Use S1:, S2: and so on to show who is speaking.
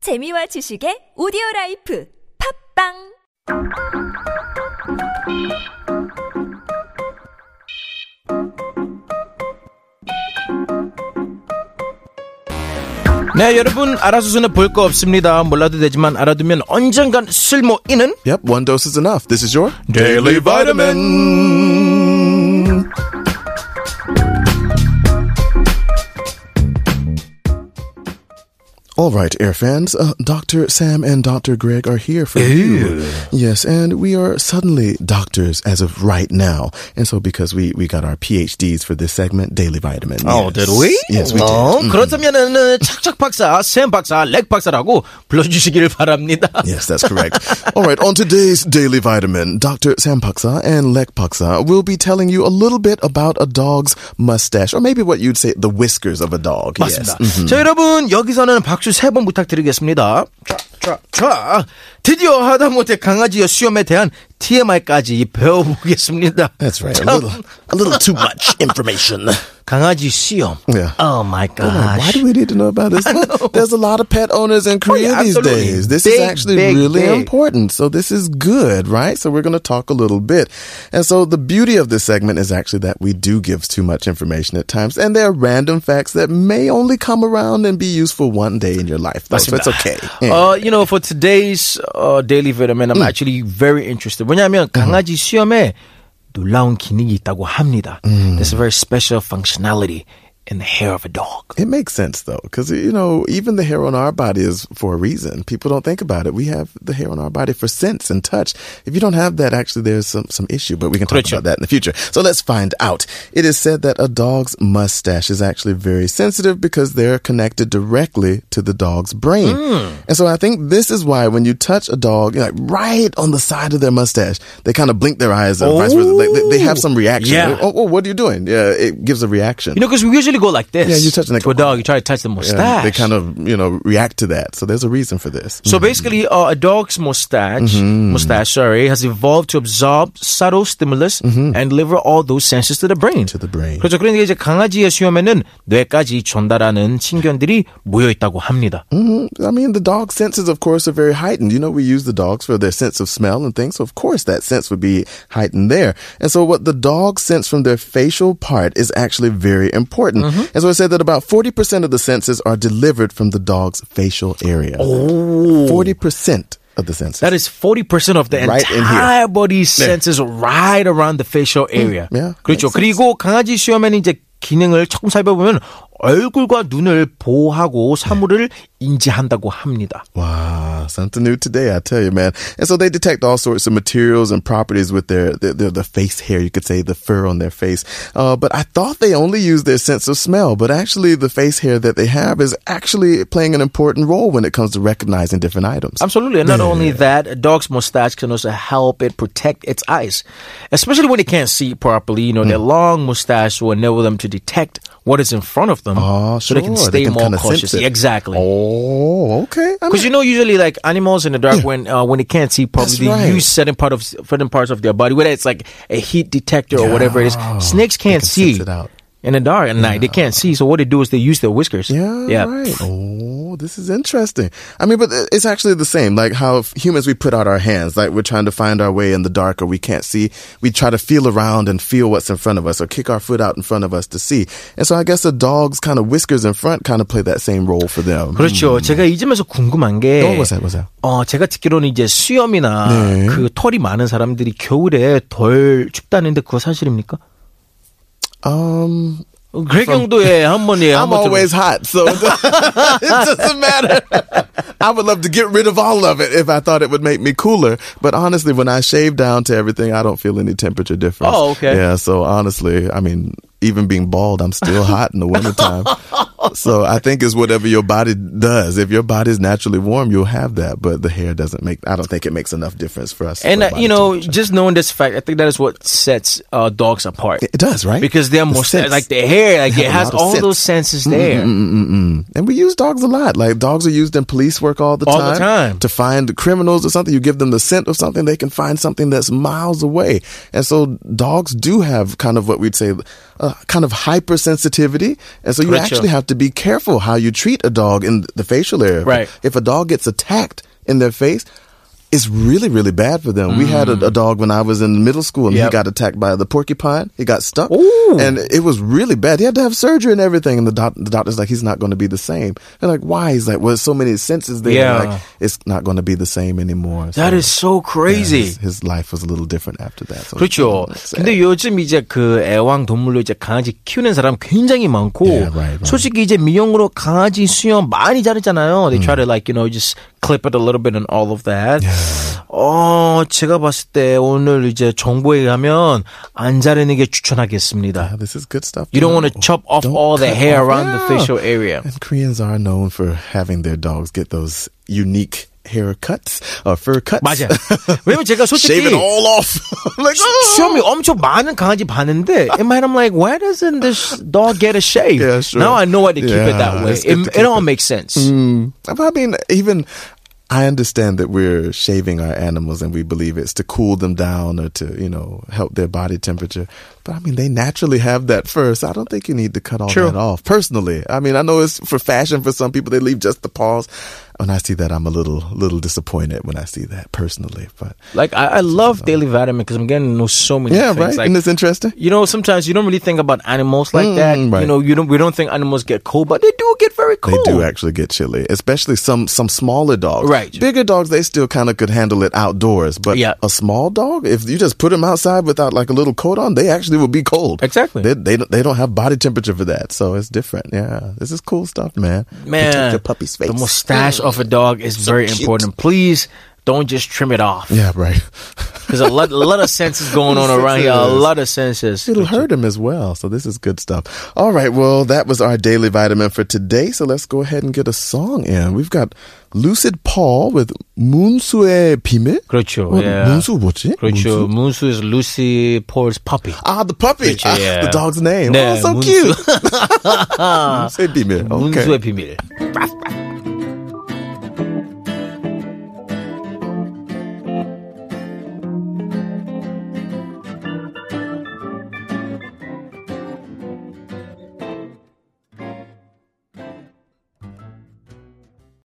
S1: 재미와 지식의 오디오 라이프 팝빵
S2: 네, 여러분 알아서서는 볼 거 없습니다. 몰라도 되지만 알아두면 언젠간 쓸모 있는
S3: Yep, one dose is enough. This is your
S2: Mm-hmm. Daily
S3: Vitamin. All right, air fans. Uh, Dr. Sam and Dr. Greg are here for you. Yes, and we are suddenly doctors as of right now. And so because we, we got our PhDs for this segment, Daily Vitamin.
S2: 어,
S3: yes.
S2: Oh, did we?
S3: 아, Yes, we
S2: 어,
S3: did. 음.
S2: 그렇다면은 어, 착착 박사, 샘 박사, 렉 박사라고 불러주시기를 바랍니다.
S3: Yes, that's correct. All right, on today's Daily Vitamin, Dr. Sam Paksa and Lek Paksa will be telling you a little bit about a dog's mustache, or maybe what you'd say the whiskers of a dog. Mm,
S2: 맞습니다. 자, 여러분 여기서는 박수 세 번 부탁드리겠습니다. 자, 자, 자. 드디어 하다못해 강아지와 수염에 대한 TMI까지 배워보겠습니다.
S3: That's right. A little, a little too much information.
S2: 강아지 수염.
S3: Yeah.
S2: Oh my
S3: Like, Why
S2: gosh. Oh,
S3: do we need to know about this? There's a lot of pet owners in Korea
S2: yeah,
S3: these
S2: absolutely.
S3: days. This
S2: Big,
S3: is actually
S2: big,
S3: really
S2: big.
S3: important. So this is good, right? So we're going to talk a little bit. And so the beauty of this segment is actually that we do give too much information at times, and there are random facts that may only come around and be useful one day in your life. Though, so it's okay. Yeah.
S2: Uh, you know, for today's uh, daily vitamin,
S3: 음.
S2: I'm actually very interested. 왜냐하면 강아지 수염에 놀라운 기능이 있다고 합니다.
S3: 음.
S2: There's a very special functionality in the hair of a dog.
S3: It makes sense though, because you know, even the hair on our body is for a reason. People don't think about it. We have the hair on our body for sense and touch. If you don't have that, actually, there's some some issue, but we can talk
S2: Correct.
S3: about that in the future. So let's find out. It is said that a dog's mustache is actually very sensitive because they're connected directly to the dog's brain, and so I think this is why when you touch a dog, you're like right on the side of their mustache, they kind of blink their eyes or vice versa. Like, they, they have some reaction.
S2: Yeah.
S3: Oh, oh, what are you doing? Yeah, it gives a
S2: You
S3: reaction.
S2: know, because we usually go like this.
S3: Yeah, you touch the neck.
S2: to a dog. You try to touch the
S3: and
S2: mustache.
S3: They kind of, you know, react to that. So there's a reason for this. Mm.
S2: So basically, uh, a dog's mustache,
S3: Mm-hmm.
S2: mustache, sorry, has evolved to absorb subtle stimulus and deliver all those senses to the brain.
S3: Mm-hmm. To the brain.
S2: 그렇죠. 그러니까 이제 강아지의 수염에는 뇌까지 전달하는 신경들이 모여 있다고 합니다.
S3: I mean, the dog senses, of course, are very heightened. You know, we use the dogs for their sense of smell and things. So, of course, that sense would be heightened there. And so, what the dog sense from their facial part is actually very important. And so, I said that about 40% of the senses are delivered from the dog's facial area. Oh. 40% of the senses.
S2: That is 40% of the
S3: Right in
S2: entire body senses right around the facial area.
S3: Mm. yeah,
S2: 그렇죠.
S3: makes sense.
S2: 그리고 강아지 수염에는 이제 기능을 조금 살펴보면 얼굴과 눈을 보호하고 사물을 인지한다고 합니다.
S3: Wow, something new today, I tell you, man. And so they detect all sorts of materials and properties with their their, their, their face hair, you could say, the fur on their face. Uh, but I thought they only use their sense of smell, but actually the face hair that they have is actually playing an important role when it comes to recognizing different items.
S2: Absolutely. And not only that, a dog's mustache can also help it protect its eyes, especially when it can't see properly. You know, their
S3: Mm.
S2: long mustache will enable them to detect what is in front of them
S3: Ah,
S2: so they can
S3: sure.
S2: stay
S3: They can
S2: more
S3: kinda sense
S2: cautious.
S3: it.
S2: Exactly.
S3: oh, okay. I
S2: Because you
S3: mean,
S2: know, usually like animals in the dark when uh, when they can't see
S3: That's
S2: properly, they
S3: right.
S2: use certain part of certain parts of their body, whether it's like a heat detector or whatever it is. Snakes can't
S3: can
S2: see
S3: sense it out.
S2: in the dark at night; they can't see. So what they do is they use their whiskers.
S3: Yeah, right. Oh, this is interesting. I mean, but it's actually the same. Like how f- humans, we put out our hands, like we're trying to find our way in the dark or we can't see. We try to feel around and feel what's in front of us or kick our foot out in front of us to see. And so I guess the dog's kind of whiskers in front kind of play that same role for them.
S2: 그렇죠. 제가 잊으면서 궁금한 게
S3: Oh, what's Hmm. that? What's that?
S2: 어, 제가 듣기로는 이제 수염이나
S3: 네.
S2: 그 털이 많은 사람들이 겨울에 덜 춥다는데 그거 사실입니까?
S3: Um,
S2: 그 경도에 한 번에
S3: I'm
S2: 한번
S3: always hot, so it doesn't matter. I would love to get rid of all of it if I thought it would make me cooler. But honestly, when I shave down to everything, I don't feel any temperature difference.
S2: Oh, okay.
S3: Yeah, so honestly, I mean, even being bald, I'm still hot in the wintertime. so I think it's whatever your body does. If your body's naturally warm, you'll have that. But the hair doesn't make, I don't think it makes enough difference for us.
S2: And
S3: for
S2: uh,
S3: body
S2: you know,
S3: temperature.
S2: just knowing this fact, I think that is what sets uh, dogs apart.
S3: it does, right?
S2: because they're
S3: The
S2: most
S3: sense.
S2: like the hair, like
S3: They
S2: it has
S3: have a lot
S2: all
S3: of sense. Mm-hmm,
S2: those senses there.
S3: And we use dogs a lot. Like dogs are used in police work work all the
S2: All
S3: time.
S2: the time.
S3: To find criminals or something, you give them the scent of something, they can find something that's miles away. And so dogs do have kind of what we'd say, uh, kind of hypersensitivity. And so you
S2: Correcto.
S3: actually have to be careful how you treat a dog in the facial area.
S2: Right.
S3: If a dog gets attacked in their face, it's really, really bad for them. We had a, a dog when I was in middle school and he
S2: Mm. Yep.
S3: got attacked by the porcupine. He got stuck.
S2: Ooh.
S3: And it was really bad. He had to have surgery and everything. And the, doc- the doctor's like, he's not going to be the same. And like, why? He's like, well, there's so many senses there.
S2: Yeah.
S3: Like, it's not going to be the same anymore. uh,
S2: That is so crazy.
S3: his, his life was a little different after that. So
S2: 그렇죠.
S3: it's sad.
S2: 근데 요즘 이제 그 애완 동물로 이제 강아지 키우는 사람 굉장히 많고
S3: Yeah, right, right.
S2: 솔직히 이제 미용으로 강아지 수염 많이 자르잖아요. They
S3: Mm.
S2: try to like you know just clip it a little bit and all of that. 어 제가 봤을 때 오늘 이제 정보에 의하면 안 자르는 게 추천하겠습니다.
S3: Yeah, this is good stuff.
S2: You don't
S3: know.
S2: want to chop off
S3: Don't
S2: all the
S3: cut
S2: hair
S3: off-
S2: around the
S3: Yeah.
S2: facial area.
S3: And Koreans are known for having their dogs get those unique haircuts or fur cuts.
S2: 맞아. 왜냐면 제가 솔직히
S3: Shave it all off. I'm like, "Oh."
S2: 시험이 엄청 많은 강아지 봤는데 in my head I'm like why doesn't this dog get a shave?
S3: Yeah, sure.
S2: Now I know why they keep it
S3: Yeah,
S2: that way.
S3: it's
S2: It, it
S3: good to keep
S2: all
S3: it.
S2: makes sense.
S3: Mm. I mean, even I understand that we're shaving our animals and we believe it's to cool them down or to, you know, help their body temperature. But I mean, they naturally have that first. I don't think you need to cut all
S2: True.
S3: that off personally. I mean, I know it's for fashion for some people, they leave just the paws. When I see that, I'm a little, little disappointed when I see that personally. But
S2: Like I, I love daily vitamin because I'm getting to know so many
S3: yeah,
S2: things.
S3: right.
S2: Like,
S3: Isn't this interesting?
S2: you know, sometimes you don't really think about animals like that. You
S3: Mm, right.
S2: know, you don't. We don't think animals get cold, but they do get very
S3: They
S2: cold.
S3: do actually get chilly, especially some some smaller dogs.
S2: Right.
S3: Bigger dogs, they still kind of could handle it outdoors. But
S2: Yeah.
S3: a small dog, if you just put them outside without like a little coat on, they actually will be cold.
S2: Exactly.
S3: They, they, don't- they don't have body temperature for that. So it's different. Yeah. This is cool stuff, man. Protect
S2: Man,
S3: your puppy's face.
S2: the mustache of a dog is
S3: So
S2: very
S3: cute.
S2: important. Please don't just trim it off
S3: Yeah, right.
S2: because a lot, a lot of senses going on around here. A
S3: Senses.
S2: lot of senses.
S3: It'll hurt him as well. So this is good stuff. All right. Well, that was our daily vitamin for today. So let's go ahead and get a song in. We've got Lucid Paul with 문수의 비밀.
S2: 그렇죠.
S3: 어,
S2: yeah.
S3: 문수 뭐지?
S2: 그렇죠.
S3: 문수?
S2: 문수 is Lucy Paul's puppy.
S3: Ah, the puppy.
S2: 그렇죠,
S3: Ah,
S2: yeah.
S3: The dog's name.
S2: 네,
S3: oh, so
S2: 문수.
S3: cute. 문수의 비밀. Okay.
S2: 문수의 비밀.